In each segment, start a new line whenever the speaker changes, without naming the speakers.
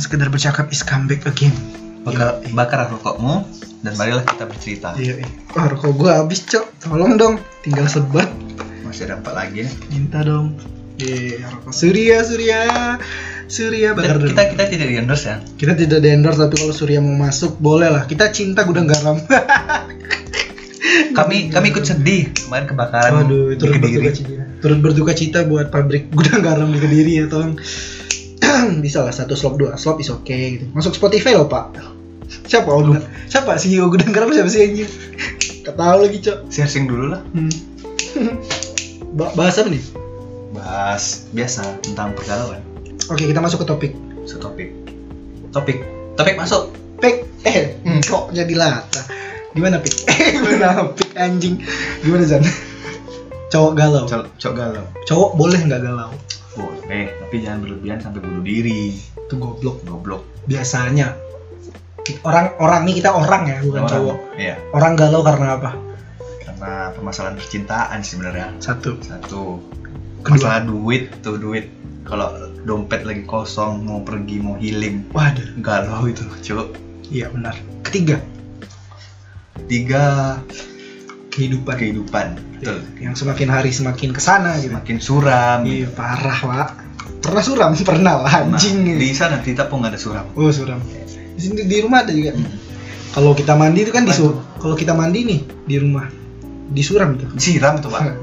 sekedar bercakap is come back again
Bakar, bakar rokokmu dan marilah kita bercerita.
iya iya. wah rokok gua habis cok tolong dong tinggal sebat
Masih ada empat lagi. ya. nih.
minta dong iya rokok Surya Surya Surya bakar
Kita,
dulu.
kita kita tidak di endorse ya.
Kita tidak di endorse tapi kalau Surya mau masuk boleh lah. Kita cinta gudang garam.
Kami kami ikut sedih kemarin kebakaran
Iya, Waduh,
di
turut
Kediri.
berduka cita. Turut berduka cita buat pabrik gudang garam di Kediri ya, tolong. Bisa lah satu slop dua slop is okay gitu. Masuk Spotify loh pak. Siapa owner? Siapa CEO gudang garam siapa sih anjing? Ketahu lagi cok.
Searching dulu lah.
Hmm. Ba- bahas apa nih?
Bahas biasa tentang pergalauan.
Oke kita masuk ke topik.
Setopik. Topik. Topik masuk.
Pik, eh, hmm, kok jadi latah? Gimana pik? Eh, gimana pik anjing? Gimana Zan? Cowok galau.
Cok, cok galau.
Cowok boleh nggak galau?
Boleh, Oh, tapi jangan berlebihan sampai bunuh diri.
Itu goblok.
Goblok.
biasanya orang orang nih kita orang ya bukan
Orang.
cowok
Iya,
orang galau karena apa
karena permasalahan percintaan sih sebenarnya.
satu
Satu,
kedua
masalah duit tuh duit. Kalau dompet lagi kosong mau pergi mau healing
waduh
galau itu cok.
iya benar ketiga
Tiga
kehidupan
kehidupan. Betul.
yang semakin hari semakin kesana gitu
Iya, Makin suram.
iya parah pak pernah suram pernah lah
Nah,
anjing
di sana di Tapong ada suram.
oh suram di sini di rumah ada juga
Mm.
kalau kita mandi itu kan di
Apa
su- kalau kita mandi nih di rumah di suram tuh
Siram itu pak.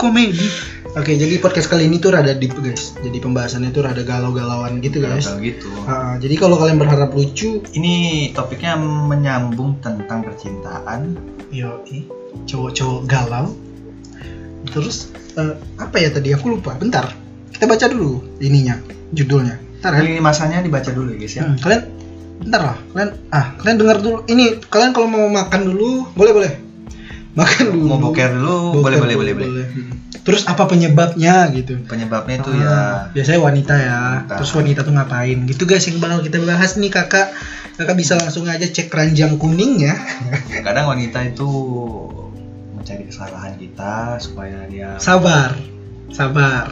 komedi oke jadi podcast kali ini tuh rada deep guys jadi pembahasannya tuh rada galau-galauan gitu guys
Kalau gitu.
Ah, jadi kalau kalian berharap lucu,
Ini topiknya menyambung tentang percintaan.
yoi, cowok-cowok galau. Terus eh, apa ya tadi aku lupa. Bentar, kita baca dulu ininya, judulnya. Bentar ya.
Kali ini masanya dibaca dulu ya guys ya.
Hmm, kalian bentar lah. Kalian ah, kalian dengar dulu. Ini kalian kalau mau makan dulu, boleh boleh. Makan dulu.
Mau boker
Boker
dulu, boleh boleh
dulu,
boleh boleh.
Hmm. Terus apa penyebabnya gitu?
Penyebabnya itu
Ah,
ya
biasanya wanita ya
Wanita.
terus wanita tuh ngapain gitu guys yang bakal kita bahas nih kakak kakak bisa langsung aja cek ranjang kuning ya
kadang wanita itu mencari kesalahan kita supaya dia
sabar sabar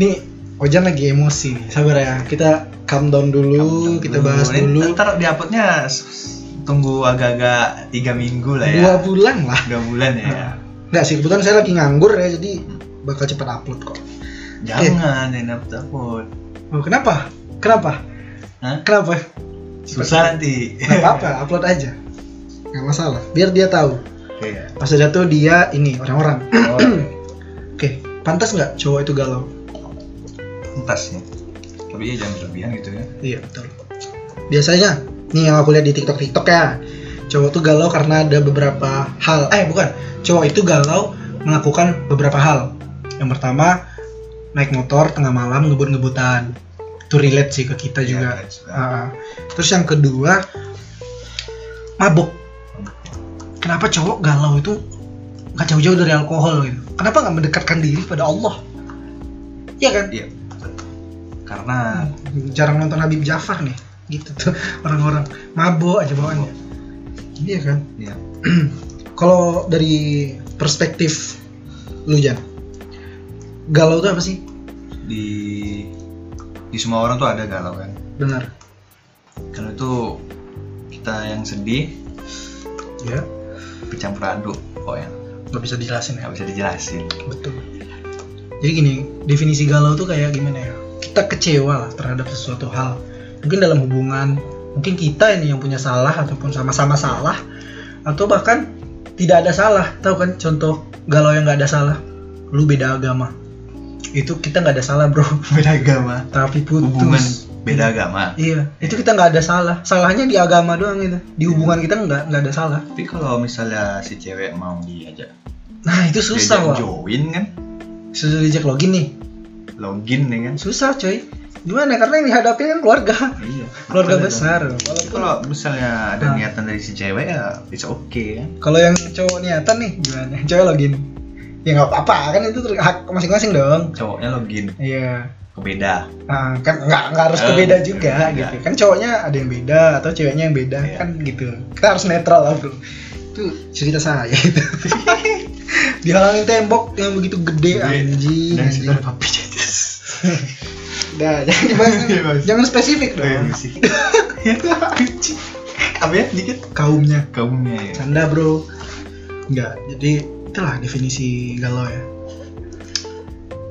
nih Ojan lagi emosi nih sabar ya kita calm down dulu kita bahas
Ini
dulu
Ntar diuploadnya s- s- tunggu agak-agak tiga minggu lah ya.
dua bulan lah
Dua bulan ya.
Ah. nggak sih kebetulan saya lagi nganggur ya jadi bakal cepat upload kok
Jangan yang dapat takut.
oh, kenapa kenapa
Hah?
kenapa Iya.
Susah nanti.
nggak apa-apa upload aja nggak masalah biar dia tahu
Iya.
pas ada tuh dia ini orang-orang
Oh,
oke pantas nggak cowok itu galau
Entas ya. Tapi ya jangan berlebihan gitu ya.
Iya betul. Biasanya nih yang aku lihat di TikTok TikTok ya, cowok tuh galau karena ada beberapa hal. Eh bukan, cowok itu galau melakukan beberapa hal. Yang pertama naik motor tengah malam ngebut-ngebutan. Itu relate sih ke kita Iya juga.
Ya, sudah.
Ah, terus yang kedua mabuk. Kenapa cowok galau itu nggak jauh-jauh dari alkohol gitu? Kenapa nggak mendekatkan diri pada Allah? Iya kan? Nah,
Iya. betul. Karena
jarang nonton Habib Jafar nih gitu tuh orang-orang mabok aja bawaannya iya kan
ya
kalau dari perspektif lu Jan galau tuh apa sih
di di semua orang tuh ada galau kan.
benar
Kalau itu kita yang sedih
ya
bercampur aduk pokoknya
nggak bisa dijelasin ya
Oh ya, nggak bisa dijelasin
betul jadi gini definisi galau tuh kayak gimana ya kita kecewa lah terhadap sesuatu hal mungkin dalam hubungan mungkin kita ini yang punya salah ataupun sama-sama salah atau bahkan tidak ada salah tahu kan contoh galau yang nggak ada salah lu beda agama itu kita nggak ada salah bro
beda agama
tapi putus
hubungan beda agama
iya itu kita nggak ada salah salahnya di agama doang itu di hubungan kita nggak nggak ada salah
tapi kalau misalnya si cewek mau diajak
nah itu susah
diajak
wah
join kan
susah diajak login nih
login nih kan
susah coy gimana karena yang dihadapi kan keluarga
iya
keluarga
Makanya
besar
dong. Tapi kalau misalnya ada
Ah.
niatan dari si cewek ya it's okay kan
kalau yang cowok niatan nih gimana cowok login ya nggak apa-apa kan itu ter- hak masing-masing dong
cowoknya login
iya
ke beda
Ah, kan nggak nggak harus
Eh,
berbeda juga
berbeda.
gitu kan cowoknya ada yang beda atau ceweknya yang beda
Iya.
kan gitu kita harus netral lah bro itu cerita saya itu dihalangin tembok yang begitu gede Nah,
Gede.
Iya, anjing
dan
anjing.
sudah papi jadi
Dah, jangan dibahas.
Dibahas.
jangan spesifik
Kayak
dong.
musik. Iya, Anjing. Update dikit.
Kaumnya.
Kaumnya ya.
Canda bro. Enggak. Jadi itulah definisi galau ya.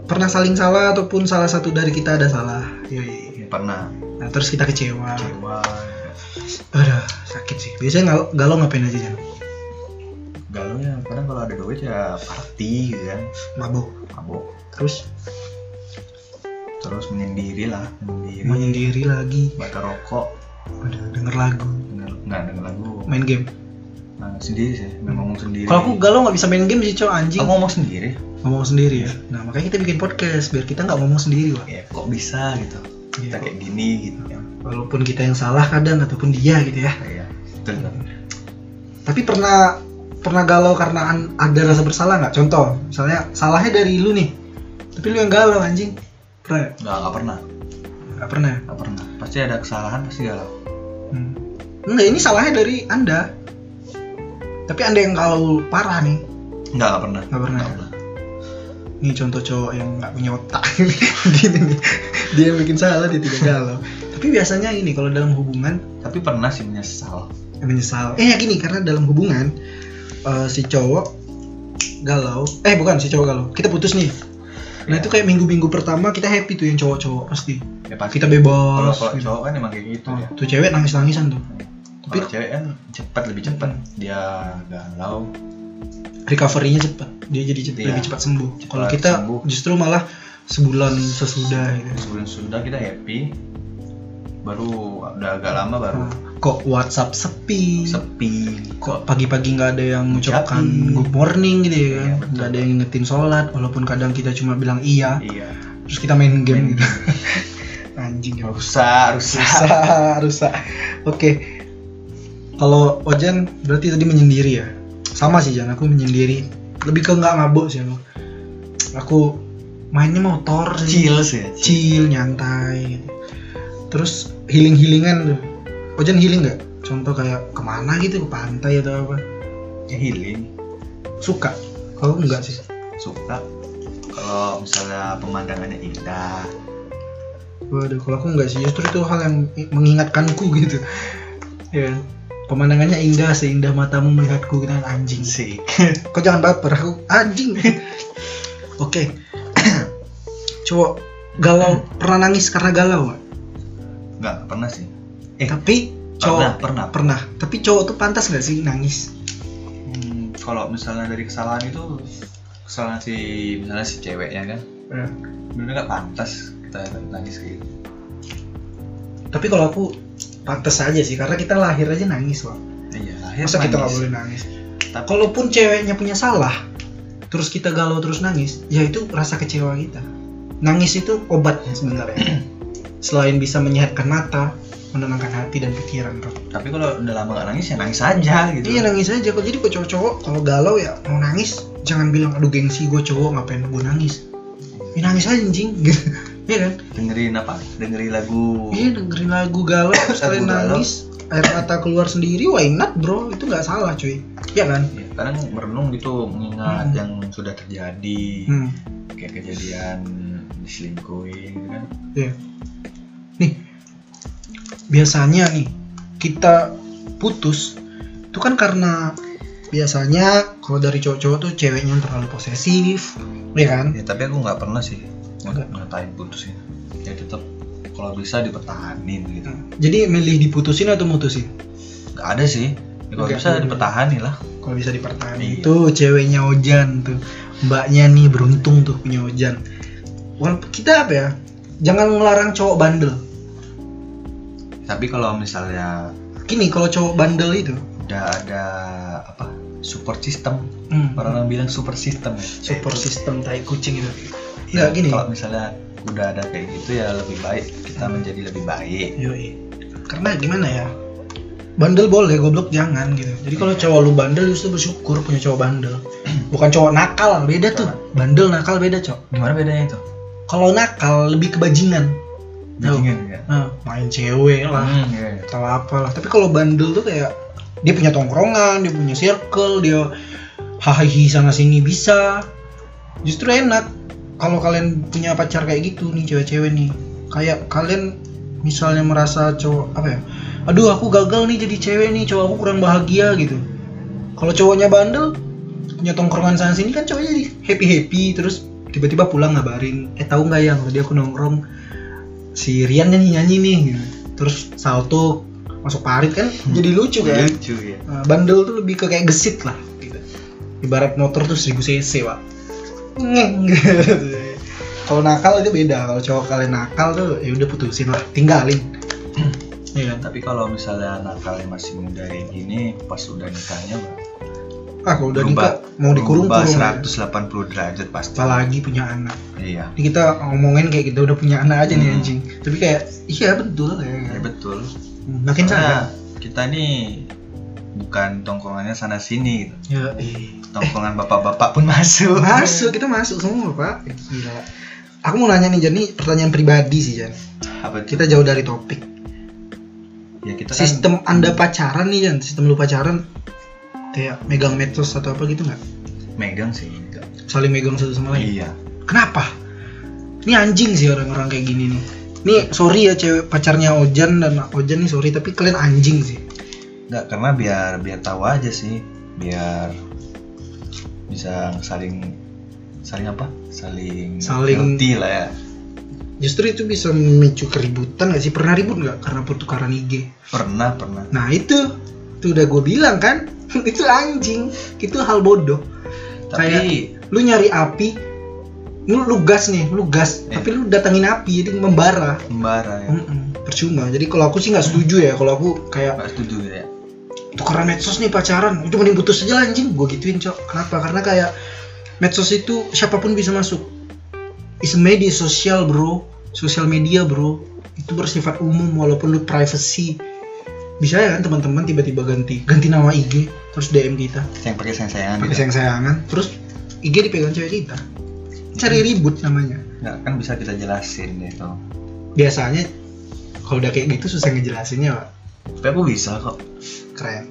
Pernah saling salah ataupun salah satu dari kita ada salah. Yoi.
Ya, pernah
Nah terus kita kecewa.
kecewa
Aduh sakit sih. Biasanya gal- galau ngapain aja Jan?
galau ya kadang kalau ada duit ya party gitu kan
Mabuk.
mabok
Terus
terus menyendiri lah menyendiri
menyendiri lagi.
bakar rokok
Aduh, denger lagu.
denger nggak denger lagu
Main game.
Nah, sendiri sih memang ngomong sendiri
Kalau aku galau nggak bisa main game sih cowok anjing.
Aku ngomong sendiri
Ngomong sendiri ya. Nah makanya kita bikin podcast biar kita nggak ngomong sendiri lah.
ya kok bisa gitu kita kayak gini gitu ya
Walaupun kita yang salah kadang ataupun dia gitu ya.
kayak betul kan?
Tapi pernah pernah galau karena an- ada rasa bersalah nggak? Contoh, misalnya salahnya dari lu nih, tapi lu yang galau anjing. Pernah? ya?
nggak nggak pernah
Nggak pernah. ya?
nggak pernah pasti ada kesalahan pasti galau
Hmm. Enggak, ini salahnya dari anda. Tapi anda yang galau parah nih.
nggak nggak pernah
Nggak pernah.
nggak pernah
Ini contoh cowok yang nggak punya otak ini. Gini nih. Dia yang bikin salah, dia tidak galau. Tapi biasanya ini kalau dalam hubungan
tapi pernah sih menyesal
menyesal eh ya gini karena dalam hubungan eh, si cowok galau eh bukan si cowok galau kita putus nih nah
kan
itu kayak minggu-minggu pertama kita happy tuh yang cowok-cowok pasti
Iya. ya pasti
kita
kalau
bebas
kalau
gitu.
cowok kan emang kayak gitu
Oh,
ya
tuh cewek nangis-nangisan tuh Tapi-
tapi Hmm. cewek kan cepat lebih cepat dia galau
recovery-nya cepat dia jadi cepat
Iya.
lebih cepat sembuh
Cepat
kalau kita
sembuh.
justru malah sebulan sesudah gitu
sebelum sudah kita happy baru udah agak lama baru
Nah, kok WhatsApp sepi
sepi
kok pagi-pagi nggak ada yang mengucapkan
Ucapin.
good morning gitu ya kan?
Iya, betul.
nggak ada yang ngingetin sholat walaupun kadang kita cuma bilang iya
iya
terus kita main game
Main
gitu anjing ya
rusak rusak
rusak rusak oke kalau Ojan berarti tadi menyendiri ya sama sih Jan aku menyendiri lebih ke nggak mabuk sih aku aku mainnya motor sih
chill sih
chill nyantai gitu. terus healing healingan tuh Ojan healing nggak contoh kayak kemana gitu ke pantai atau apa
ya healing
suka kalau enggak sih
suka kalau misalnya pemandangannya indah
Waduh, kalau aku nggak sih, justru itu hal yang mengingatkanku gitu. Ya, pemandangannya indah, seindah matamu melihatku gitu anjing.
sih
Kau jangan baper, aku anjing. Oke, cowok galau pernah nangis karena galau, Wak?
nggak nggak pernah sih Eh,
tapi
pernah
cowok
pernah
pernah. Tapi cowok tuh pantas nggak sih nangis?
Hmm, kalau misalnya dari kesalahan itu kesalahan si misalnya si ceweknya kan
Iya.
bener nggak pantas kita nangis kayak gitu
Tapi kalau aku pantas aja sih, karena kita lahir aja nangis, Wak.
iya akhirnya
Masa kita nggak
nangis.
boleh nangis?
Tapi-
Kalaupun ceweknya punya salah, terus kita galau terus nangis, ya itu rasa kecewa kita. Nangis itu obatnya sebenarnya. Selain bisa menyehatkan mata, menenangkan hati dan pikiran. Bro.
tapi kalau udah lama nggak nangis ya nangis aja gitu
Iya nangis aja kok. Jadi kok cowok-cowok kalau galau ya mau nangis, jangan bilang aduh gengsi gue cowok ngapain gue nangis. Ya nangis aja anjing. Iya kan?
dengerin apa dengerin lagu
Iya dengerin lagu galau terus
Oh. Lagu
kalian
galau.
nangis, air mata keluar sendiri, why not bro? Itu nggak salah cuy. Iya kan?
ya, kadang merenung gitu mengingat
Hmm.
yang sudah terjadi
Hmm.
kayak kejadian diselingkuhin gitu kan
Iya. Nih, biasanya nih kita putus itu kan karena biasanya kalau dari cowok-cowok tuh ceweknya yang terlalu posesif, ya kan?
ya tapi aku nggak pernah sih
Nggak.
ngat- ngatain putusin ya tetap kalau bisa dipertahanin
Hmm.
gitu
Jadi milih diputusin atau mutusin?
nggak ada sih ya, kalau
Nggak
bisa
ada.
dipertahanin lah
Kalau bisa dipertahankan.
Iya.
Nah, Itu ceweknya Ojan tuh, mbaknya nih beruntung tuh punya Ojan. Walaupun kita apa ya? Jangan ngelarang cowok bandel.
tapi kalau misalnya
Gini kalau cowok bandel itu,
udah ada apa support system
hmm,
orang orang bilang super system ya
support
Eh,
system tai kucing itu. Iya,
ya,
Nggak gini.
kalau misalnya udah ada kayak gitu ya lebih baik kita menjadi lebih baik
Yoi. Karena gimana ya? Bandel boleh, goblok jangan gitu. Jadi kalau cowok lu bandel justru bersyukur punya cowok bandel. Bukan cowok nakal, beda tuh. Bandel nakal beda, Cok.
gimana bedanya itu
Kalau nakal lebih kebajingan. Tahu?
bajingan ya
Nah, main cewek lah,
Hmm, iya, iya.
atau apalah. Tapi kalau bandel tuh kayak dia punya tongkrongan, dia punya circle, dia hahihi sana sini bisa. Justru enak kalau kalian punya pacar kayak gitu nih cewek-cewek nih. kayak kalian misalnya merasa cowok apa ya aduh aku gagal nih jadi cewek nih cowok aku kurang bahagia gitu kalau cowoknya bandel punya tongkrongan sana sini kan cowoknya jadi happy happy terus tiba-tiba pulang ngabarin eh tahu nggak yang tadi aku nongkrong si Rian nyanyi nyanyi nih gitu. terus salto masuk parit kan jadi lucu kan
lucu ya
Nah, bandel tuh lebih ke kayak gesit lah gitu. ibarat motor tuh 1000 cc pak Ngeng, gitu. kalau nakal itu beda kalau cowok kalian nakal tuh ya udah putusin lah tinggalin Iya kan?
tapi kalau misalnya nakalnya masih muda kayak gini pas udah nikahnya
ah kalau udah
Berubah.
nikah mau dikurung
berubah
kurung
180 derajat pasti
apalagi punya anak
iya
ini kita ngomongin kayak kita udah punya anak aja nih
Hmm.
anjing tapi kayak iya betul ya,
ya betul
makin
Karena
sadar
kita nih bukan tongkongannya sana sini gitu.
ya eh.
tongkongan bapak-bapak pun masuk
masuk kita masuk semua pak gila aku mau nanya nih jadi pertanyaan pribadi sih Jan
apa kita
kita jauh dari topik
ya kita kan
sistem anda pacaran nih Jan sistem lu pacaran kayak megang medsos atau apa gitu nggak
megang sih enggak.
saling megang satu sama lain
iya
kenapa ini anjing sih orang-orang kayak gini nih nih sorry ya cewek pacarnya Ojan dan Ojan nih sorry tapi kalian anjing sih
enggak karena biar biar tahu aja sih biar bisa saling saling apa saling
Saling-
ngerti lah ya
justru itu bisa memicu keributan gak sih pernah ribut nggak karena pertukaran IG
pernah pernah
nah itu itu udah gue bilang kan itu anjing itu hal bodoh
tapi
lu nyari api lu, lu gas nih lu gas
Iya.
tapi lu datangin api jadi membara
sembara ya
Mm-mm, percuma jadi kalau aku sih nggak setuju ya kalau aku kayak
nggak setuju ya
tukeran medsos nih pacaran itu mending putus aja lah, anjing gue gituin cok kenapa karena kayak medsos itu siapapun bisa masuk is media sosial bro sosial media bro itu bersifat umum walaupun lu privacy bisa ya kan teman-teman tiba-tiba ganti ganti nama IG terus DM kita
yang pakai sayang-sayangan
pakai
gitu.
sayang-sayangan terus IG dipegang cewek kita cari ribut namanya
nggak kan bisa kita jelasin itu
biasanya kalau udah kayak gitu susah ngejelasinnya pak
tapi aku bisa kok
keren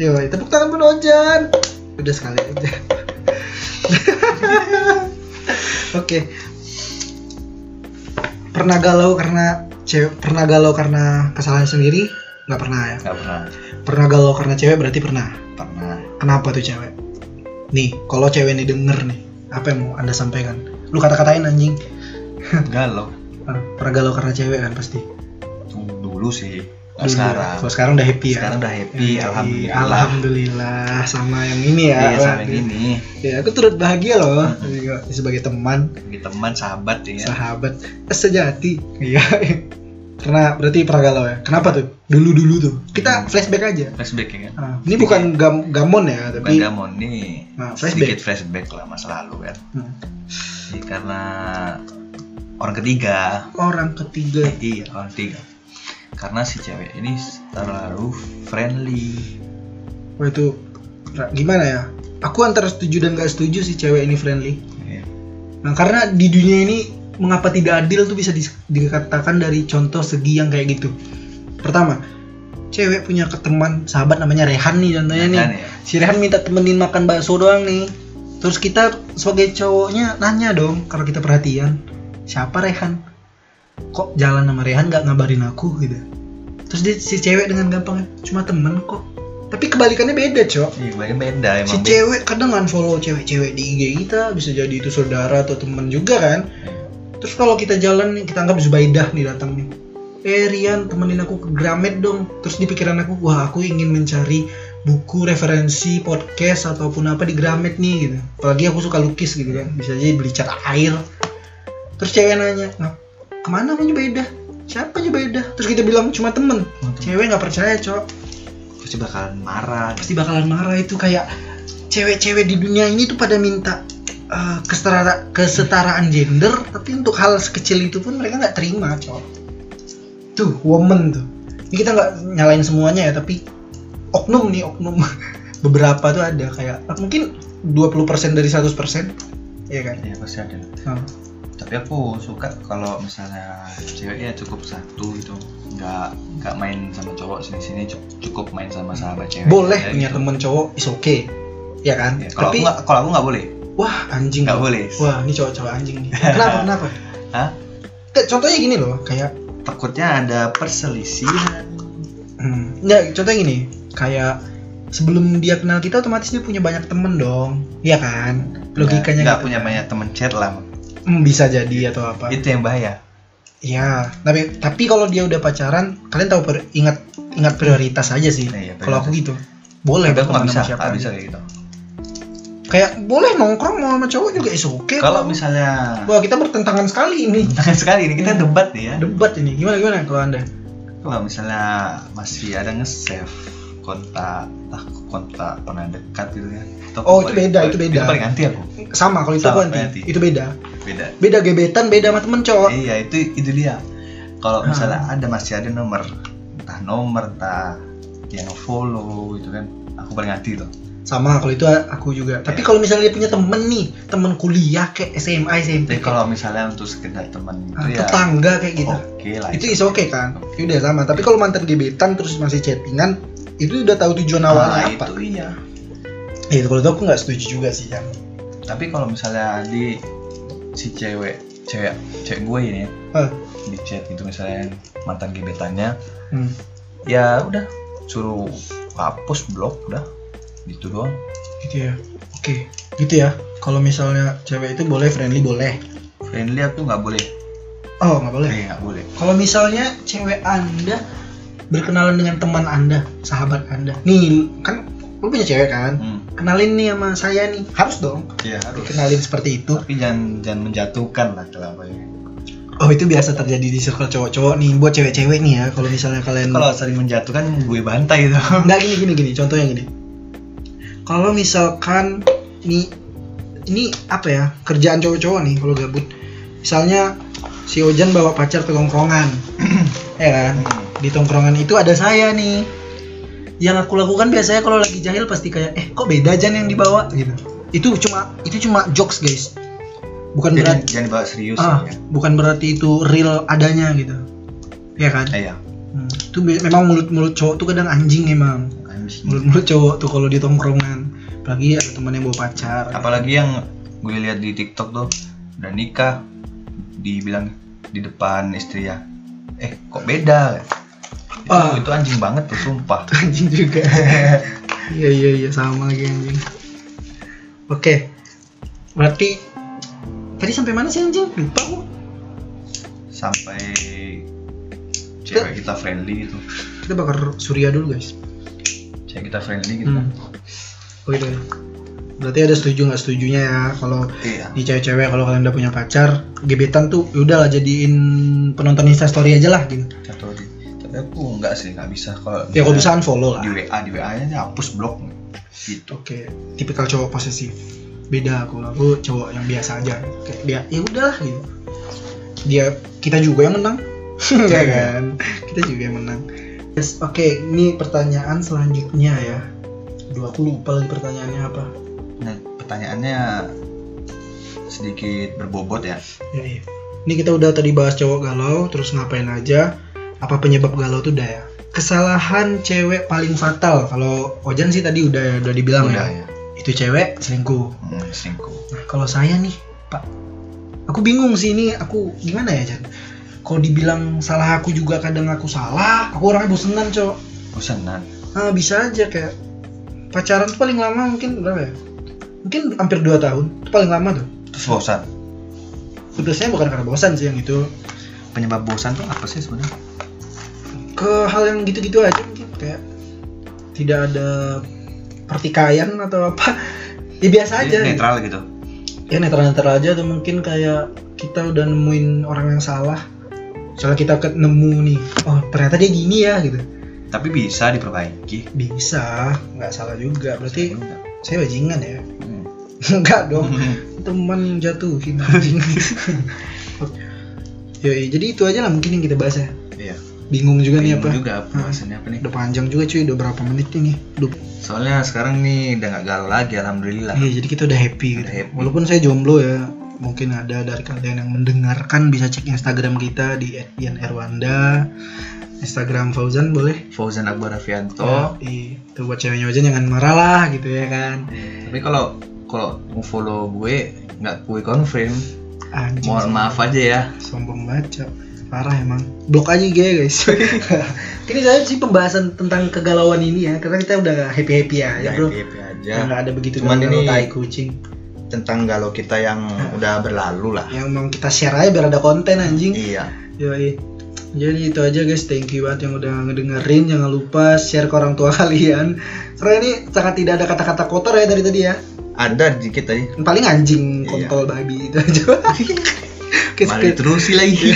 yo tepuk tangan buat Ojan udah sekali aja oke pernah galau karena cewek pernah galau karena kesalahan sendiri nggak pernah ya
nggak pernah
pernah galau karena cewek berarti pernah
pernah
kenapa tuh cewek nih kalau cewek ini denger nih apa yang mau anda sampaikan lu kata-katain anjing
galau
Ah, pernah galau karena cewek kan pasti
dulu sih
Dulu.
nggak Oh, sekarang
kalau sekarang udah happy ya
sekarang udah happy
Iya,
alhamdulillah
Alhamdulillah, sama yang ini ya.
iya
Waduh.
sama yang ini
Ya, aku turut bahagia loh
Hmm.
Iya, sebagai teman,
Ini teman sahabat ya
sahabat sejati. Iya. Karena berarti pernah galau ya. Kenapa tuh? Dulu-dulu tuh. Kita
Hmm.
flashback aja.
flashback ya kan
Ah, ini bukan gam gamon ya,
bukan
tapi
gamon nih
Nah,
sedikit
flashback.
flashback lah masa lalu kan
Hmm.
Jadi karena orang ketiga
orang ketiga.
iya orang ketiga karena si cewek ini terlalu friendly
Wah Oh, itu ra- gimana ya? Aku antara setuju dan gak setuju si cewek ini friendly.
Iya.
Nah, karena di dunia ini mengapa tidak adil tuh bisa dis- dikatakan dari contoh segi yang kayak gitu. Pertama, cewek punya ke- teman sahabat namanya Rehan nih contohnya nih.
Kan ya?
Si Rehan minta temenin makan bakso doang nih. Terus kita sebagai cowoknya nanya dong kalau kita perhatian, siapa Rehan? Kok jalan sama Rehan gak ngabarin aku gitu. Terus dia, si cewek dengan gampangnya cuma temen kok. Tapi kebalikannya beda, Cok
Iya, banyak beda emang.
si cewek kadang unfollow cewek-cewek di IG kita bisa jadi itu saudara atau teman juga kan terus kalau kita jalan nih kita anggap Zubaidah nih datang nih eh Rian temenin aku ke Gramet dong terus di pikiran aku wah aku ingin mencari buku referensi podcast ataupun apa di Gramet nih gitu apalagi aku suka lukis gitu kan bisa jadi beli cat air terus cewek nanya nah, kemana sama Zubaidah siapa Zubaidah terus kita bilang cuma temen cewek nggak percaya cok
pasti bakalan marah. gitu.
pasti bakalan marah itu kayak cewek-cewek di dunia ini tuh pada minta eh, kesetara kesetaraan gender tapi untuk hal sekecil itu pun mereka nggak terima cowok tuh woman tuh ini kita nggak nyalain semuanya ya tapi oknum nih oknum beberapa tuh ada kayak eh, mungkin 20% dari 100% ya kan
Iya pasti ada.
Nah,
Tapi aku suka kalau misalnya ceweknya cukup satu gitu, nggak nggak main sama cowok sini-sini, cu- cukup main sama sahabat cewek.
boleh
aja
punya
gitu.
temen cowok is okay ya kan
Iya, Kalau
tapi Hmm.
aku nggak kalau aku nggak boleh,
wah anjing
nggak boleh.
wah ini cowok-cowok anjing nih kenapa kenapa
Hah?
Kayak contohnya gini loh, kayak
takutnya ada perselisihan
Hmm. Nggak, contohnya gini, kayak sebelum dia kenal kita otomatis dia punya banyak temen dong, iya kan? Logikanya
nggak
gitu.
punya banyak temen chat lah
Hmm, bisa jadi atau apa?
itu yang bahaya
Iya, tapi tapi kalau dia udah pacaran, kalian tahu per- ingat ingat prioritas aja sih.
Iya, iya,
kalau aku gitu, boleh.
tapi aku nggak
berteman
bisa
sama siapa
nggak
aja.
bisa kayak gitu
Kayak boleh nongkrong mau sama cowok juga is oke.
kalau misalnya
Wah kita bertentangan sekali ini
sekali ini kita debat nih ya
debat ini gimana gimana kalau anda?
kalau misalnya masih ada nge-save kontak entah kontak pernah dekat gitu ya Atau
Oh, itu
aku paling-
beda, itu beda.
itu paling anti aku
Sama kalau itu
Sama,
aku anti.
anti.
Itu beda.
beda
Beda gebetan beda sama temen cowok.
iya itu itu dia kalau
Hmm.
misalnya ada masih ada nomor entah nomor entah yang follow gitu kan aku paling anti tuh
Sama kalau itu aku juga. Tapi
Iya.
kalau misalnya dia punya temen nih, temen kuliah kayak SMA, SMP,
tapi kalau misalnya untuk sekedar teman
ah,
itu ya
tetangga kayak gitu.
oke lah
itu is oke kan? Itu udah sama. Tapi kalau mantan gebetan terus masih chattingan, itu udah tahu tujuan
Nah,
awalnya apa.
itu iya
Ya kalau itu aku nggak setuju juga sih yang.
tapi kalau misalnya di si cewek cewek cewek gue ini
Eh,
ya, di chat gitu misalnya mantan gebetannya
hmm.
ya udah suruh hapus blok udah gitu doang
gitu ya. Oke, gitu ya. Kalau misalnya cewek itu boleh friendly boleh.
friendly aku nggak boleh
Oh nggak boleh.
Iya, nggak boleh
Kalau misalnya cewek Anda berkenalan dengan teman Anda, sahabat Anda. Nih, kan lu punya cewek kan?
hmm.
Kenalin nih sama saya nih. Harus dong
ya harus
dikenalin seperti itu.
tapi jangan jangan menjatuhkan lah kelapa ini
Oh, itu biasa terjadi di circle cowok-cowok nih buat cewek-cewek nih ya. Kalau misalnya kalian
kalau sering menjatuhkan gue bantai gitu. itu
nggak gini gini gini, contohnya gini. Kalau misalkan nih ini apa ya? Kerjaan cowok-cowok nih kalau gabut. Misalnya si Ojan bawa pacar ke tongkrongan. ya kan? di tongkrongan itu ada saya nih yang aku lakukan biasanya kalau lagi jahil pasti kayak eh kok beda Jan yang dibawa gitu itu cuma itu cuma jokes guys bukan
jangan,
berarti
jangan dibawa serius
ah,
ya
bukan berarti itu real adanya gitu ya kan
Eh, iya
Hmm, itu be- memang mulut mulut cowok tuh kadang anjing emang
anjing.
mulut mulut cowok tuh kalau di tongkrongan apalagi ada teman yang bawa pacar
apalagi yang gue lihat di tiktok tuh udah nikah dibilang di depan istri ya eh kok beda itu,
Ah.
itu anjing banget tuh sumpah
anjing juga iya iya iya sama lagi anjing oke berarti tadi sampai mana sih anjing lupa aku
sampai cewek kita friendly gitu
kita bakar surya dulu guys
cewek kita friendly gitu
hmm. oke deh berarti ada setuju nggak setujunya ya kalau
iya
di cewek-cewek kalau kalian udah punya pacar gebetan tuh ya udahlah jadiin penonton instastory aja lah gitu
satu lagi tapi aku enggak sih nggak bisa kalau
ya kalau
misalnya-
bisa unfollow lah
di WA di WA nya hapus blok gitu
oke tipikal cowok posesif beda aku aku cowok yang biasa aja kayak dia ya udahlah gitu dia kita juga yang menang ya kan kita juga yang menang yes oke ini pertanyaan selanjutnya ya Aduh aku lupa lagi pertanyaannya apa
nah pertanyaannya sedikit berbobot ya
ya iya ini kita udah tadi bahas cowok galau terus ngapain aja apa penyebab galau tuh udah ya kesalahan cewek paling fatal kalau Ojan sih tadi udah udah dibilang
udah
ya
ya
itu cewek selingkuh
hmm, selingkuh
Nah, kalau saya nih, Pak, aku bingung sih ini aku gimana ya, Jan? Kalau dibilang salah aku juga kadang aku salah, aku orangnya bosenan, Cok.
bosanan
Nah, bisa aja kayak pacaran tuh paling lama mungkin berapa ya? Mungkin hampir 2 tahun, itu paling lama tuh.
terus bosan
Sebenarnya bukan karena bosan sih yang itu,
penyebab bosan tuh apa sih sebenarnya
ke hal yang gitu-gitu aja mungkin kayak tidak ada pertikaian atau apa. Ya biasa
Jadi
aja. gitu.
netral gitu
ya netral-netral aja atau mungkin kayak kita udah nemuin orang yang salah soalnya kita ketemu nih oh ternyata dia gini ya gitu
tapi bisa diperbaiki
bisa nggak salah juga berarti saya bajingan ya
Hmm.
nggak dong teman jatuh anjing Yoi, jadi itu aja lah mungkin yang kita bahas ya
iya
bingung juga nih apa Hmm.
Bingung juga pembahasannya apa nih
udah panjang juga cuy udah berapa menit ini udah
soalnya sekarang nih udah nggak galau lagi alhamdulillah
Iya, jadi kita udah happy gitu.
Udah happy.
Walaupun saya jomblo ya, mungkin ada dari kalian yang mendengarkan bisa cek Instagram kita di @ianrwanda. Instagram Fauzan boleh.
Fauzan Akbar Rafianto
Oh, itu buat ceweknya aja jangan marah lah gitu ya kan.
tapi kalau kalau follow gue nggak gue confirm
Anjing,
mohon
sombong.
maaf aja ya
Sombong banget, Cok. Parah emang. Blok aja gue, guys. ini saya sih pembahasan tentang kegalauan ini ya, karena kita udah happy-happy aja, Ya, Bro.
Happy-happy gitu
ya.
aja
Nggak ada begitu
Cuman
galau-galau
ini-
tai kucing.
tentang galau kita yang udah berlalu lah.
Yang memang Ya, kita share aja biar ada konten anjing.
Iya.
Yoi. Jadi itu aja guys, thank you banget yang udah ngedengerin. Jangan lupa share ke orang tua kalian. Karena ini sangat tidak ada kata-kata kotor ya dari tadi ya.
Ada dikit tadi.
Paling
Iya.
anjing, kontol, babi itu aja.
Mari
Oke, sekedar,
terus sih
Iya,
lagi.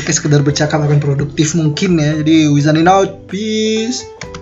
oke, sekedar bercakap akan produktif mungkin ya. Jadi Wizan in out, peace.